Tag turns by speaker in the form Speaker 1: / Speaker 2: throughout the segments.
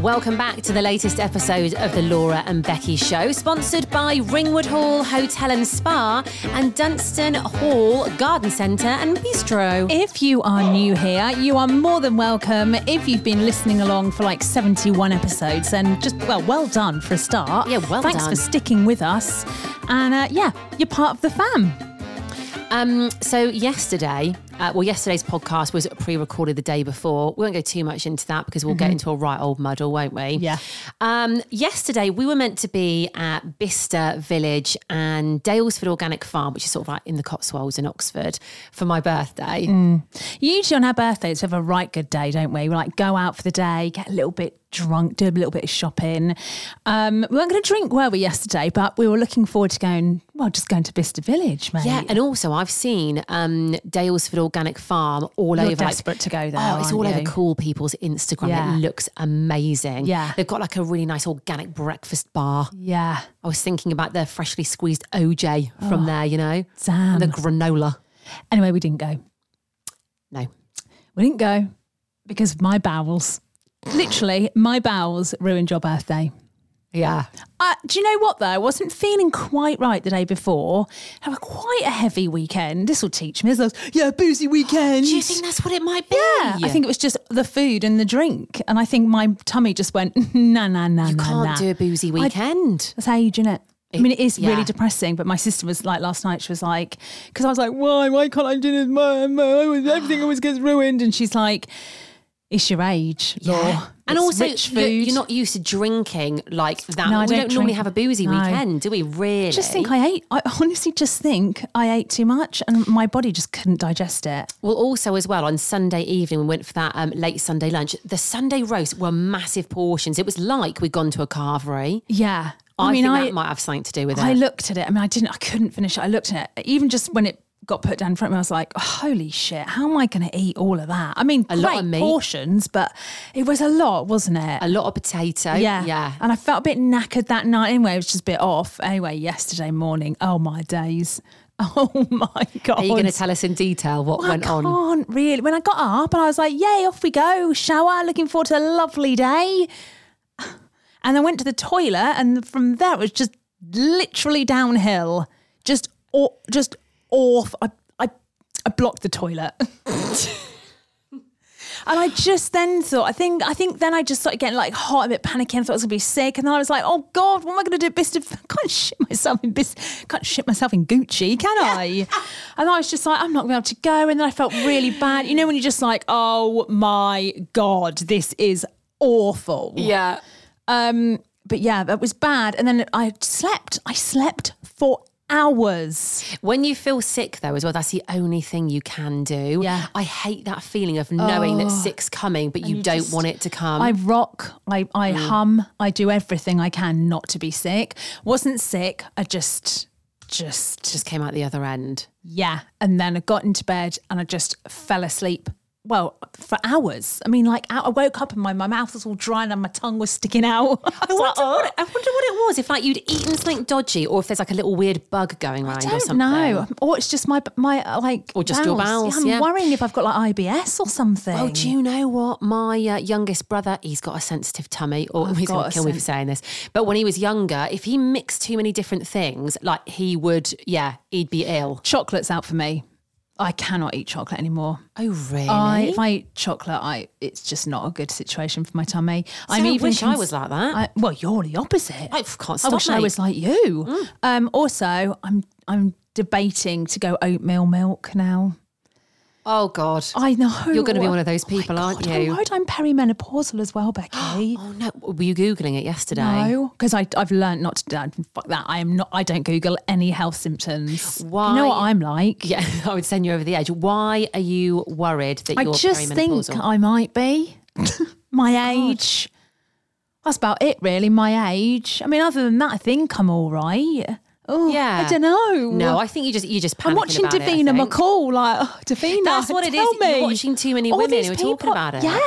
Speaker 1: Welcome back to the latest episode of the Laura and Becky Show, sponsored by Ringwood Hall Hotel and Spa and Dunstan Hall Garden Centre and Bistro.
Speaker 2: If you are new here, you are more than welcome. If you've been listening along for like 71 episodes, then just, well, well done for a start.
Speaker 1: Yeah, well
Speaker 2: Thanks
Speaker 1: done.
Speaker 2: for sticking with us. And uh, yeah, you're part of the fam.
Speaker 1: Um, so yesterday, uh, well, yesterday's podcast was pre-recorded the day before. We won't go too much into that because we'll get into a right old muddle, won't we?
Speaker 2: Yeah.
Speaker 1: Um, yesterday, we were meant to be at Bicester Village and Dalesford Organic Farm, which is sort of like in the Cotswolds in Oxford, for my birthday.
Speaker 2: Usually on our birthdays, we have a right good day, don't we? We like go out for the day, get a little bit drunk, do a little bit of shopping. Um, we weren't going to drink, were we, yesterday? But we were looking forward to going, well, just going to Bicester Village, mate.
Speaker 1: Yeah, and also I've seen um, Dalesford Organic Farm all
Speaker 2: You're
Speaker 1: over. like-
Speaker 2: desperate to go there,
Speaker 1: Oh, it's
Speaker 2: aren't
Speaker 1: all over
Speaker 2: you?
Speaker 1: cool people's Instagram.
Speaker 2: Yeah.
Speaker 1: It looks amazing.
Speaker 2: Yeah.
Speaker 1: they've got like a really nice organic breakfast bar.
Speaker 2: Yeah.
Speaker 1: I was thinking about the freshly squeezed OJ from there. You know,
Speaker 2: Oh.
Speaker 1: and
Speaker 2: damn.
Speaker 1: the granola.
Speaker 2: Anyway, we didn't go.
Speaker 1: No,
Speaker 2: We didn't go because of my bowels. Literally, my bowels ruined your birthday.
Speaker 1: yeah,
Speaker 2: Uh, do you know what though? I wasn't feeling quite right the day before. Had a quite a heavy weekend. This will teach me. It's like, yeah, boozy weekend.
Speaker 1: do you think that's what it might be?
Speaker 2: yeah, I think it was just the food and the drink, and I think my tummy just went nah nah nah.
Speaker 1: you
Speaker 2: nah,
Speaker 1: can't
Speaker 2: nah.
Speaker 1: do a boozy
Speaker 2: I-
Speaker 1: weekend.
Speaker 2: That's age, innit? I mean, it is
Speaker 1: yeah.
Speaker 2: really depressing. But my sister was like last night. She was like, because I was like, why, why can't I do this? My, my, I always- everything always gets ruined. And she's like, it's your age, Laura.
Speaker 1: And
Speaker 2: It's
Speaker 1: also,
Speaker 2: rich
Speaker 1: you're,
Speaker 2: food.
Speaker 1: you're not used to drinking like that.
Speaker 2: No, I
Speaker 1: we
Speaker 2: don't
Speaker 1: don't, normally
Speaker 2: drink-
Speaker 1: have a boozy
Speaker 2: no.
Speaker 1: weekend, do we? Really?
Speaker 2: I just think I ate. I honestly just think I ate too much, and my body just couldn't digest it.
Speaker 1: Well, also as well on Sunday evening, we went for that um, late Sunday lunch. The Sunday roast were massive portions. It was like we'd gone to a carvery.
Speaker 2: Yeah,
Speaker 1: I,
Speaker 2: I, mean,
Speaker 1: think
Speaker 2: I
Speaker 1: that might have something to do with it.
Speaker 2: I looked at it. I mean, I didn't. I couldn't finish it. I looked at it. Even just when it got put down in front of me, I was like, "Oh, "Holy shit! How am I going to eat all of that?" I mean,
Speaker 1: A
Speaker 2: great
Speaker 1: lot of meat.
Speaker 2: portions, but it was a lot, wasn't it?
Speaker 1: a lot of potato.
Speaker 2: Yeah.
Speaker 1: yeah.
Speaker 2: And I felt a bit knackered that night anyway. It was just a bit off. Anyway, yesterday morning. Oh my days. Oh my God.
Speaker 1: Are you going to tell us in detail what
Speaker 2: Well,
Speaker 1: went
Speaker 2: I
Speaker 1: on?
Speaker 2: can't really. When I got up and I was like, yay, off we go, shower, looking forward to a lovely day. And I went to the toilet, and from there it was just literally downhill. Just, aw- just off. I, I, I blocked the toilet. And I just then thought, I think, I think then I just started getting like hot, a bit panicking. I thought I was gonna be sick, and then I was like, oh god, what am I gonna do? at Bicester, can't shit myself in bis, can't shit myself in Gucci, can I? and I was just like, I'm not gonna be able to go. And then I felt really bad. You know when you're just like, oh my god, this is awful.
Speaker 1: Yeah.
Speaker 2: Um, but yeah, that was bad. And then I slept. I slept for hours.
Speaker 1: When you feel sick, though, as well, that's the only thing you can do.
Speaker 2: Yeah.
Speaker 1: I hate that feeling of knowing that sick's coming, but Oh. you, don't want it to come.
Speaker 2: I rock, I, I
Speaker 1: Mm.
Speaker 2: hum, I do everything I can not to be sick. Wasn't sick, I just just
Speaker 1: Just came out the other end.
Speaker 2: yeah. And then I got into bed and I just fell asleep. Well, for hours. I mean, like I I woke up and my, my mouth was all dry and my tongue was sticking out. I
Speaker 1: I
Speaker 2: was like,
Speaker 1: wonder, what
Speaker 2: "Oh."
Speaker 1: it, I wonder what it was. If like you'd eaten something dodgy, or if there's like a little weird bug going around,
Speaker 2: I
Speaker 1: or
Speaker 2: don't
Speaker 1: something.
Speaker 2: know. Or it's just my my uh, like
Speaker 1: Or just your bowels,
Speaker 2: I'm
Speaker 1: yeah.
Speaker 2: worrying if I've got like IBS or something.
Speaker 1: Oh, do you know what? My uh, youngest brother, he's got a sensitive tummy, or he's going
Speaker 2: got
Speaker 1: to
Speaker 2: a
Speaker 1: kill me for
Speaker 2: sen-
Speaker 1: saying this. But when he was younger, if he mixed too many different things, like he would, yeah, he'd be ill.
Speaker 2: Chocolate's out for me. I cannot eat chocolate anymore.
Speaker 1: Oh, really?
Speaker 2: I, if I eat chocolate, I it's just not a good situation for my tummy.
Speaker 1: I wish I was like that.
Speaker 2: I, well, you're the opposite.
Speaker 1: I can't
Speaker 2: I
Speaker 1: stop, Mm.
Speaker 2: wish I
Speaker 1: mate.
Speaker 2: was like you. Um, also, I'm I'm debating to go oatmeal milk now.
Speaker 1: oh God.
Speaker 2: I know
Speaker 1: You're gonna be one of those
Speaker 2: Oh my
Speaker 1: people, aren't
Speaker 2: God, I'm
Speaker 1: you?
Speaker 2: worried I'm perimenopausal as well, Becky.
Speaker 1: oh no, were you googling it yesterday?
Speaker 2: No, because I've learned not to do that. Fuck that. I am not. I don't Google any health symptoms.
Speaker 1: Why-
Speaker 2: You know what I'm like.
Speaker 1: Yeah, I would send you over the edge. Why are you worried that
Speaker 2: I
Speaker 1: you're
Speaker 2: just think uh,
Speaker 1: perimenopausal?
Speaker 2: I might be my age. That's about it, really. My age. I mean, other than that, I think I'm all right. Oh,
Speaker 1: Yeah.
Speaker 2: I don't know.
Speaker 1: No, I think you just you just.
Speaker 2: I'm
Speaker 1: panicking
Speaker 2: watching
Speaker 1: about it, I
Speaker 2: Davina
Speaker 1: think.
Speaker 2: McCall. Like, oh, Davina,
Speaker 1: That's what it
Speaker 2: tell
Speaker 1: is. You're
Speaker 2: me.
Speaker 1: watching too many
Speaker 2: All
Speaker 1: women
Speaker 2: these
Speaker 1: who are talking
Speaker 2: people-
Speaker 1: about it.
Speaker 2: Yeah.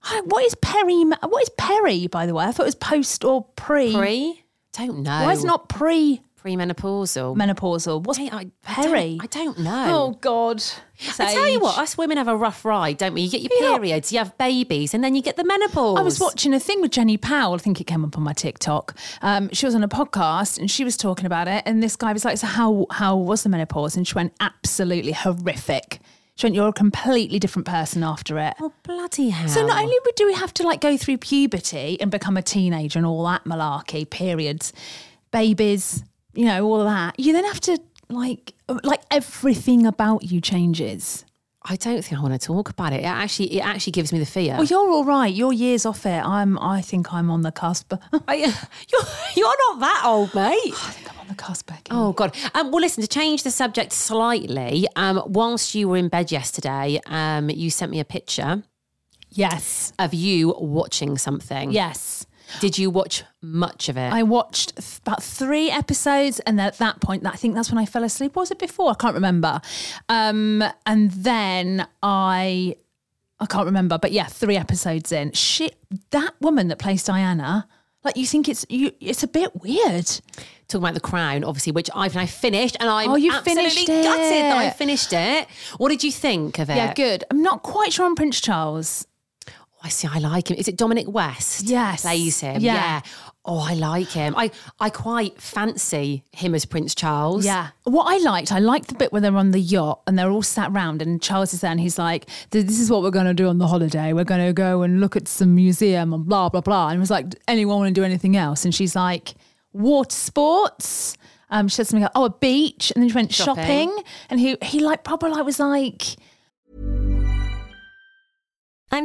Speaker 2: I, what is peri? What is peri? By the way, I thought it was post or pre.
Speaker 1: Pre? Don't know.
Speaker 2: Why is it not pre?
Speaker 1: premenopausal?
Speaker 2: menopausal. What's
Speaker 1: Mate, I- I don't-
Speaker 2: peri?
Speaker 1: I don't know.
Speaker 2: Oh God!
Speaker 1: I tell you what, us women have a rough ride, don't we? You get your
Speaker 2: Yeah.
Speaker 1: periods, you have babies, and then you get the menopause.
Speaker 2: I was watching a thing with Jenny Powell. I think it came up on my TikTok. Um, she was on a podcast and she was talking about it. And this guy was like, "So how how was the menopause?" And she went, "Absolutely horrific." She went, "You're a completely different person after it."
Speaker 1: Oh bloody hell!
Speaker 2: So not only would- do we have to like go through puberty and become a teenager and all that malarkey, periods, babies, you know, all that. You then have to like like everything about you changes.
Speaker 1: I don't think I want to talk about it. It actually, it actually gives me the fear.
Speaker 2: Well, you're all right. You're years off it. I'm. I think I'm on the cusp. I'm
Speaker 1: I- you're, you're not that old, mate.
Speaker 2: on the cusp, Becky.
Speaker 1: Oh God! Um, well, listen. To change the subject slightly, um, whilst you were in bed yesterday, um, you sent me a picture
Speaker 2: yes,
Speaker 1: of you watching
Speaker 2: Mm.
Speaker 1: something.
Speaker 2: yes.
Speaker 1: Did you watch much of it?
Speaker 2: I watched th- about three episodes, and then at that point, I think that's when I fell asleep. Or Was it before? I can't remember. Um, and then I, I can't remember. But yeah, three episodes in. Shit, that woman that plays Diana. Like you think it's you? It's a bit weird.
Speaker 1: talking about the crown, obviously, which I've now finished, and I'm
Speaker 2: Oh, you've
Speaker 1: absolutely
Speaker 2: finished
Speaker 1: gutted that I
Speaker 2: it.
Speaker 1: finished it. What did you think of it?
Speaker 2: Yeah, good. I'm not quite sure on Prince Charles.
Speaker 1: Oh, I see. I like him. Is it Dominic West?
Speaker 2: Yes.
Speaker 1: plays him. Yeah.
Speaker 2: Yeah.
Speaker 1: Oh, I like him. I I quite fancy him as Prince Charles.
Speaker 2: Yeah. What I liked, I liked the bit where they're on the yacht and they're all sat round and Charles is there and he's like, "Th- this is what we're going to do on the holiday. We're going to go and look at some museum and blah, blah, blah. And was like, anyone want to do anything else? And she's like, water sports. Um, she said something like, oh, a beach. And then she went shopping.
Speaker 1: Shopping.
Speaker 2: And he, he like, probably like, was like,
Speaker 3: I'm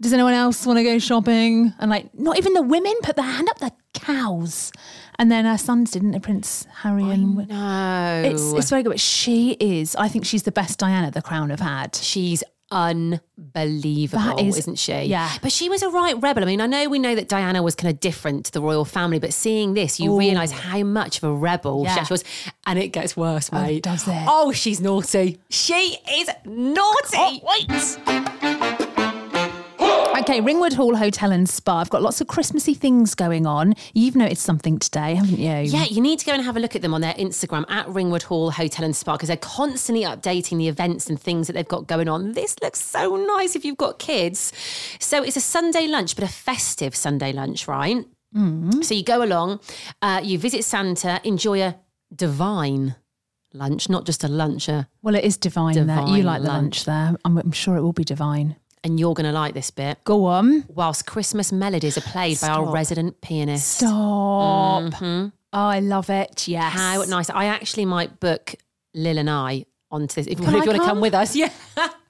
Speaker 2: does anyone else want to go shopping? And like, not even the women put their hand up, the cows. And then her sons didn't, they? Prince Harry and.
Speaker 1: No.
Speaker 2: It's, it's very good, but she is. I think she's the best Diana the Crown have had.
Speaker 1: She's unbelievable,
Speaker 2: That is-
Speaker 1: is, not she?
Speaker 2: yeah.
Speaker 1: But she was a right rebel. I mean, I know we know that Diana was kind of different to the royal family, but seeing this, you
Speaker 2: Ooh.
Speaker 1: realise how much of a rebel
Speaker 2: Yeah.
Speaker 1: she actually was. And it gets worse,
Speaker 2: Oh,
Speaker 1: mate.
Speaker 2: does it?
Speaker 1: Oh, she's
Speaker 2: Oh,
Speaker 1: naughty. She is naughty.
Speaker 2: wait. Okay, Ringwood Hall Hotel and Spa. I've got lots of Christmassy things going on. You've noticed something today, haven't you?
Speaker 1: Yeah, you need to go and have a look at them on their Instagram at Ringwood Hall Hotel and Spa because they're constantly updating the events and things that they've got going on. This looks so nice if you've got kids. So it's a Sunday lunch, but a festive Sunday lunch, right? So you go along, uh, you visit Santa, enjoy a divine lunch, not just a luncher.
Speaker 2: Well, it is divine, that you
Speaker 1: Divine
Speaker 2: like the lunch there. I'm, I'm sure it will be divine.
Speaker 1: And you're going to like this bit.
Speaker 2: Go on.
Speaker 1: Whilst Christmas melodies are played by our
Speaker 2: Stop.
Speaker 1: resident pianist.
Speaker 2: Stop. Oh, I love it. Yes.
Speaker 1: Mm-hmm. How nice. I actually might book Lil and I onto this. If, if
Speaker 2: I
Speaker 1: you want to come
Speaker 2: come?
Speaker 1: with us, yeah.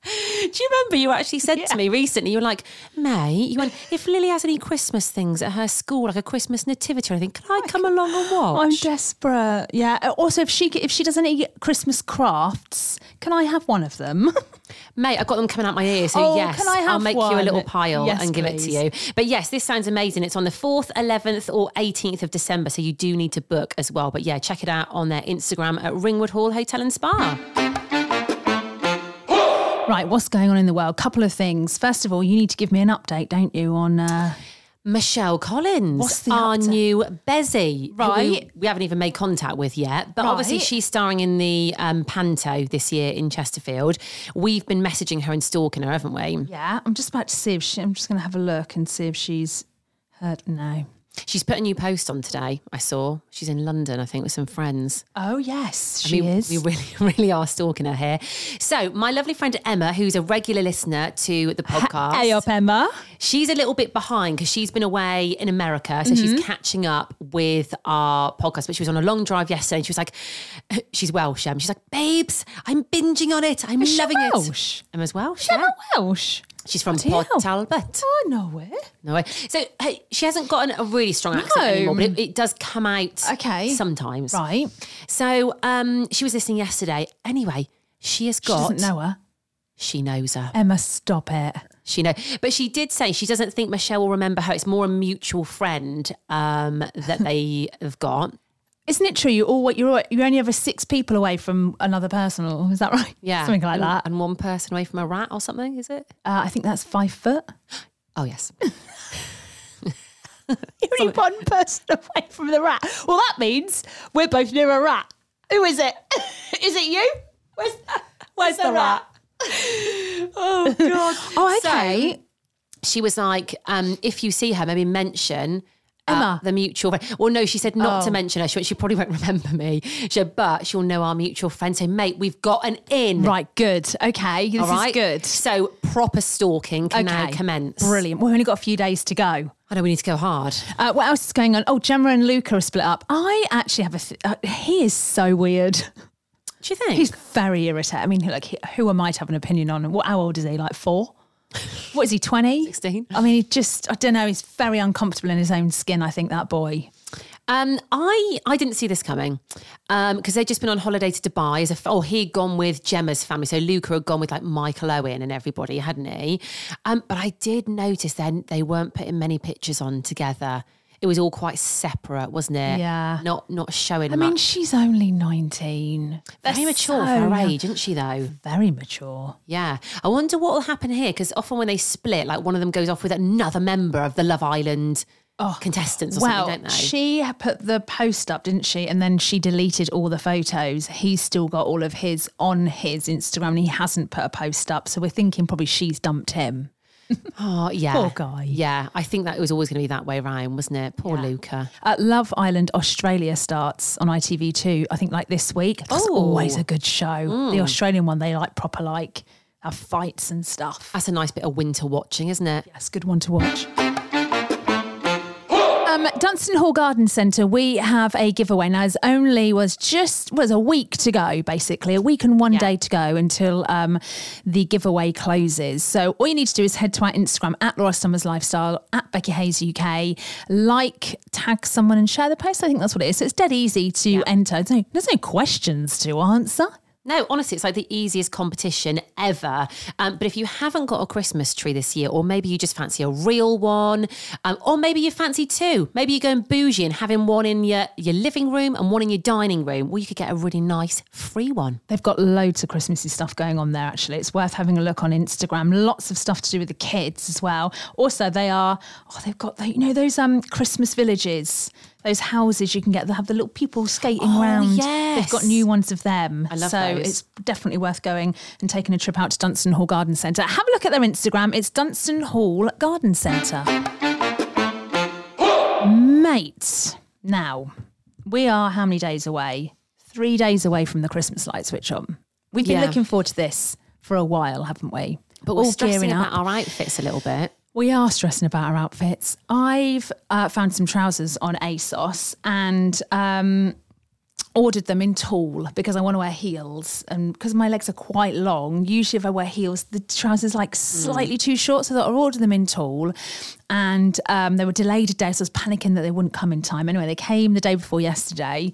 Speaker 1: Do you remember you actually said to me recently, you were like, May, you went, if Lily has any Christmas things at her school, like a Christmas nativity or anything, can I come along and
Speaker 2: I'm
Speaker 1: watch?
Speaker 2: desperate. Yeah. Also, if she if she does any Christmas crafts, can I have one of them?
Speaker 1: May, I've got them coming out my ear, so
Speaker 2: Oh,
Speaker 1: yes,
Speaker 2: can I
Speaker 1: will
Speaker 2: have
Speaker 1: make you a little
Speaker 2: one?
Speaker 1: pile
Speaker 2: Yes,
Speaker 1: and give it to you. But yes, this sounds amazing. It's on the 4th, 11th, or 18th of December, so you do need to book as well. But yeah, check it out on their Instagram at Ringwood Hall Hotel and Spa.
Speaker 2: right. What's going on in the world? Couple of things. First of all, you need to give me an update, don't you? On uh,
Speaker 1: Michelle Collins,
Speaker 2: What's the
Speaker 1: our
Speaker 2: update?
Speaker 1: new Bezzy, who
Speaker 2: Right.
Speaker 1: We, we haven't even made contact with yet, but
Speaker 2: Right.
Speaker 1: obviously she's starring in the um, Panto this year in Chesterfield. We've been messaging her and stalking her, haven't we?
Speaker 2: yeah. I'm just about to see if she. I'm just going to have a look and see if she's heard. No.
Speaker 1: She's put a new post on today. I saw she's in London, I think, with some friends.
Speaker 2: Oh yes,
Speaker 1: I
Speaker 2: she
Speaker 1: mean,
Speaker 2: is.
Speaker 1: We really, really are stalking her here. So, my lovely friend Emma, who's a regular listener to the podcast,
Speaker 2: Hey up, Emma.
Speaker 1: She's a little bit behind because she's been away in America. So
Speaker 2: Mm-hmm.
Speaker 1: she's catching up with our podcast. But she was on a long drive yesterday and she was like, she's Welsh. Um, she's like, babes, I'm binging on it. I'm
Speaker 2: Is she
Speaker 1: loving
Speaker 2: Welsh?
Speaker 1: it. Emma's Welsh.
Speaker 2: Emma
Speaker 1: yeah.
Speaker 2: Welsh.
Speaker 1: She's from
Speaker 2: Bloody hell.
Speaker 1: Port Talbot.
Speaker 2: I know it.
Speaker 1: No way. So hey, she hasn't gotten a really strong accent
Speaker 2: No.
Speaker 1: anymore, but it, it does come out
Speaker 2: Okay.
Speaker 1: sometimes.
Speaker 2: Right.
Speaker 1: So um, she was listening yesterday. Anyway, she has
Speaker 2: She
Speaker 1: got.
Speaker 2: doesn't know her.
Speaker 1: she knows her.
Speaker 2: Emma, stop it.
Speaker 1: She know, but she did say she doesn't think Michelle will remember her. It's more a mutual friend um, that they have got.
Speaker 2: Isn't it true? You all you're you're only ever six people away from another person, or is that right?
Speaker 1: Yeah,
Speaker 2: something like
Speaker 1: and,
Speaker 2: that. Uh,
Speaker 1: And one person away from a rat or something, is it?
Speaker 2: I think that's five foot.
Speaker 1: Oh yes.
Speaker 2: You're only one person away from the rat. Well, that means we're both near a rat. Who is it? is it you? Where's where's the, rat? oh god. Oh, okay.
Speaker 1: she was like, um, if you see her, maybe mention. uh,
Speaker 2: Emma.
Speaker 1: the mutual friend. Well, no, she said not to
Speaker 2: Oh.
Speaker 1: mention her. She, went, she probably won't remember me. She said, but she'll know our mutual friend. So, mate, we've got an in.
Speaker 2: right. Good. Okay. This
Speaker 1: All right.
Speaker 2: is good.
Speaker 1: So, proper stalking can now commence.
Speaker 2: Brilliant. We've only got a few days to go.
Speaker 1: I know we need to go hard.
Speaker 2: Uh, what else is going on? Oh, Gemma and Luca are split up. I actually have a. Th- uh, he is so weird.
Speaker 1: Do you think?
Speaker 2: He's very irritating. I mean, like, he- who am I to have an opinion on? him? What? How old is he? Like four? What is he? Twenty?
Speaker 1: 16.
Speaker 2: I mean, he just. I don't know. He's very uncomfortable in his own skin. I think that boy.
Speaker 1: Um, I I didn't see this coming because they'd just been on holiday to Dubai. As a, oh, he'd gone with Gemma's family, so Luca had gone with like Michael Owen and everybody, hadn't he? Um, but I did notice then they weren't putting many pictures on together. It was all quite separate, wasn't it?
Speaker 2: Yeah.
Speaker 1: not not showing.
Speaker 2: I mean,
Speaker 1: much.
Speaker 2: she's only nineteen.
Speaker 1: very mature
Speaker 2: so
Speaker 1: for her age, isn't she? Though.
Speaker 2: Very mature.
Speaker 1: Yeah, I wonder what will happen here because often when they split, like one of them goes off with another member of the Love Island Oh. contestants or
Speaker 2: Oh, Well,
Speaker 1: something, don't they?
Speaker 2: she put the post up, didn't she? And then she deleted all the photos. He's still got all of his on his Instagram and he hasn't put a post up. So we're thinking probably she's dumped him.
Speaker 1: Oh yeah,
Speaker 2: Poor guy.
Speaker 1: Yeah, I think that it was always going to be that way round, wasn't it? Poor Luca.
Speaker 2: Uh, Love Island Australia starts on ITV2, I think like this week. That's
Speaker 1: Oh.
Speaker 2: always a good show.
Speaker 1: Hmm.
Speaker 2: The Australian one, they like proper like have fights and stuff.
Speaker 1: That's a nice bit of winter watching, isn't it?
Speaker 2: That's a good one to watch. Um, Dunstan Hall Garden Centre, we have a giveaway. Now, it's only was just was a week to go, basically a week and one day to go until um, the giveaway closes. So all you need to do is head to our Instagram at Laura Summers Lifestyle at Becky Hayes UK, like, tag someone, and share the post. I think that's what it is. So it's dead easy to enter. There's no, there's no questions to answer.
Speaker 1: No, honestly, it's like the easiest competition ever. Um, but if you haven't got a Christmas tree this year, or maybe you just fancy a real one, um, or maybe you fancy two, maybe you're going bougie and having one in your, your living room and one in your dining room, well, you could get a really nice free one.
Speaker 2: They've got loads of Christmassy stuff going on there, actually. It's worth having a look on Instagram. Lots of stuff to do with the kids as well. Also, they are, oh, they've got, the, you know, those um Christmas villages, those houses you can get that have the little people skating
Speaker 1: Oh,
Speaker 2: round.
Speaker 1: yes.
Speaker 2: They've got new ones of them.
Speaker 1: I love
Speaker 2: So
Speaker 1: those.
Speaker 2: it's definitely worth going and taking a trip out to Dunstan Hall Garden Centre. Have a look at their Instagram. It's Dunstan Hall Garden Centre. Mate, now we are how many days away? Three days away from the Christmas light switch on. We've been
Speaker 1: Yeah.
Speaker 2: looking forward to this for a while, haven't we?
Speaker 1: But we're
Speaker 2: All
Speaker 1: stressing about our outfits a little bit.
Speaker 2: we are stressing about our outfits. I've uh, found some trousers on ASOS and um, ordered them in tall because I want to wear heels. And because my legs are quite long, usually if I wear heels, the trousers like slightly too short. So I thought I'll order them in tall. And um, they were delayed a day. So I was panicking that they wouldn't come in time. Anyway, they came the day before yesterday.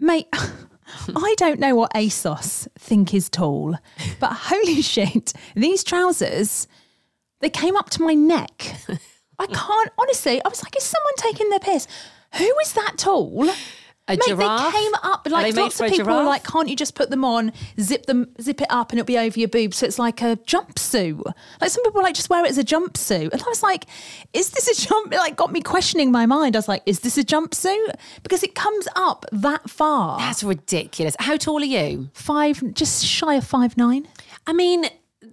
Speaker 2: Mate. I don't know what ASOS think is tall, but holy shit, these trousers they came up to my neck. I can't honestly. I was like, is someone taking their piss? Who is that tall?
Speaker 1: A
Speaker 2: Mate,
Speaker 1: giraffe?
Speaker 2: They came up
Speaker 1: Are
Speaker 2: like
Speaker 1: they made
Speaker 2: lots
Speaker 1: for
Speaker 2: of
Speaker 1: a
Speaker 2: people are
Speaker 1: giraffe?
Speaker 2: like, can't you just put them on, zip them, zip it up, and it'll be over your boob? So it's like a jumpsuit. Like some people like just wear it as a jumpsuit, and I was like, is this a jump? It like got me questioning my mind. I was like, is this a jumpsuit? Because it comes up that far.
Speaker 1: That's ridiculous. How tall are you?
Speaker 2: five, just shy of five nine.
Speaker 1: I mean,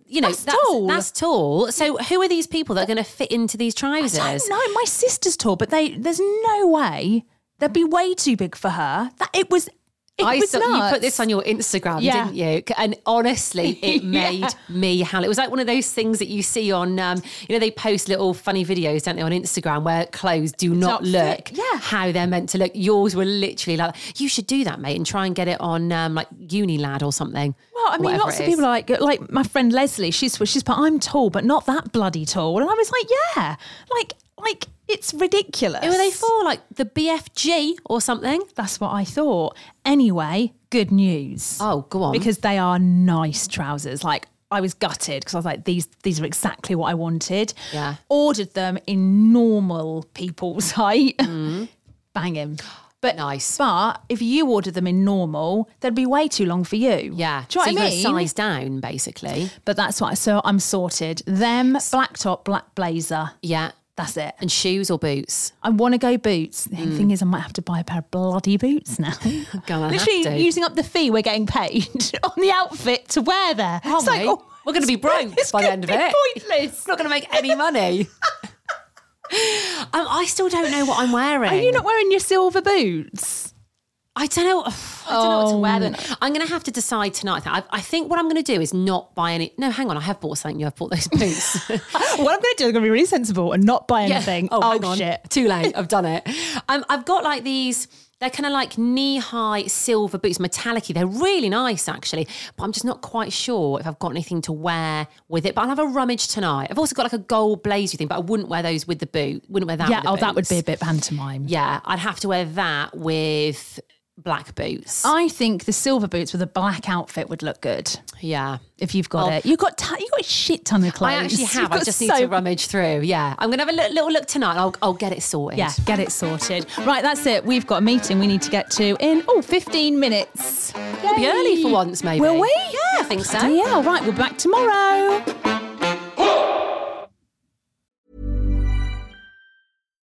Speaker 1: you know,
Speaker 2: That's
Speaker 1: that's,
Speaker 2: tall.
Speaker 1: that's tall. So who are these people that are going to fit into these trousers?
Speaker 2: I don't know. My sister's tall, but they there's no way they'd be way too big for her. That it was. It
Speaker 1: I
Speaker 2: was
Speaker 1: saw you
Speaker 2: nuts.
Speaker 1: put this on your Instagram,
Speaker 2: Yeah.
Speaker 1: didn't you? C- And honestly, it made
Speaker 2: Yeah.
Speaker 1: me howl. It was like one of those things that you see on, um, you know, they post little funny videos, don't they, on Instagram where clothes do not,
Speaker 2: fit.
Speaker 1: look
Speaker 2: Yeah.
Speaker 1: how they're meant to look. Yours were literally like, you should do that, mate, and try and get it on um, like Unilad or something.
Speaker 2: Well, I
Speaker 1: or
Speaker 2: mean,
Speaker 1: whatever
Speaker 2: lots
Speaker 1: it
Speaker 2: of
Speaker 1: is.
Speaker 2: people are like, like my friend Leslie. She's she's, but I'm tall, but not that bloody tall. And I was like, yeah, like like it's ridiculous.
Speaker 1: Who are they for? Like the BFG or something?
Speaker 2: That's what I thought. Anyway, good news.
Speaker 1: Oh, go on.
Speaker 2: because they are nice trousers. Like I was gutted because I was like, these these are exactly what I wanted.
Speaker 1: Yeah.
Speaker 2: Ordered them in normal people's height. Bang him. But
Speaker 1: Nice.
Speaker 2: But if you ordered them in normal, they'd be way too long for you.
Speaker 1: yeah.
Speaker 2: Do you
Speaker 1: so
Speaker 2: know what I
Speaker 1: you're
Speaker 2: mean?
Speaker 1: size down, basically.
Speaker 2: But that's why. So I'm sorted. Them black top, black blazer.
Speaker 1: Yeah.
Speaker 2: That's it.
Speaker 1: And shoes or boots?
Speaker 2: I want to go boots. The
Speaker 1: Mm.
Speaker 2: thing is, I might have to buy a pair of bloody boots now.
Speaker 1: Gonna have
Speaker 2: Literally
Speaker 1: to.
Speaker 2: using up the fee we're getting paid on the outfit to wear there. It's like,
Speaker 1: mate,
Speaker 2: oh,
Speaker 1: we're going to be broke
Speaker 2: it's
Speaker 1: by the
Speaker 2: gonna
Speaker 1: end of
Speaker 2: be
Speaker 1: it.
Speaker 2: Pointless.
Speaker 1: We're not going to make any money. um, I still don't know what I'm wearing.
Speaker 2: Are you not wearing your silver boots?
Speaker 1: I don't know. I don't know what to
Speaker 2: Oh,
Speaker 1: wear. Then I'm going to have to decide tonight. I, I think what I'm going to do is not buy any. No, hang on. I have bought something. You have bought those boots.
Speaker 2: what I'm going to do is going to be really sensible and not buy
Speaker 1: Yeah.
Speaker 2: anything.
Speaker 1: Oh, hang on.
Speaker 2: shit.
Speaker 1: Too late. I've done it. Um, I've got like these. They're kind of like knee-high silver boots, metallic. They're really nice, actually. But I'm just not quite sure if I've got anything to wear with it. But I'll have a rummage tonight. I've also got like a gold blazer thing, but I wouldn't wear those with the boot. Wouldn't wear that.
Speaker 2: Yeah,
Speaker 1: with the
Speaker 2: oh, that would be a
Speaker 1: boots.
Speaker 2: bit pantomime.
Speaker 1: Yeah, I'd have to wear that with black boots.
Speaker 2: I think the silver boots with a black outfit would look good
Speaker 1: yeah.
Speaker 2: if you've got it. You've got t- you've got a shit ton of clothes.
Speaker 1: I actually
Speaker 2: You've
Speaker 1: have. I
Speaker 2: got
Speaker 1: just
Speaker 2: so
Speaker 1: need to rummage through. Yeah, I'm gonna have a li- little look tonight. and I'll, I'll get it sorted.
Speaker 2: Yeah, get it sorted. Right, that's it. We've got a meeting we need to get to in oh 15 minutes. We'll
Speaker 1: be early for once, maybe.
Speaker 2: Will we?
Speaker 1: Yeah, I think so.
Speaker 2: Yeah, all right, we're back tomorrow.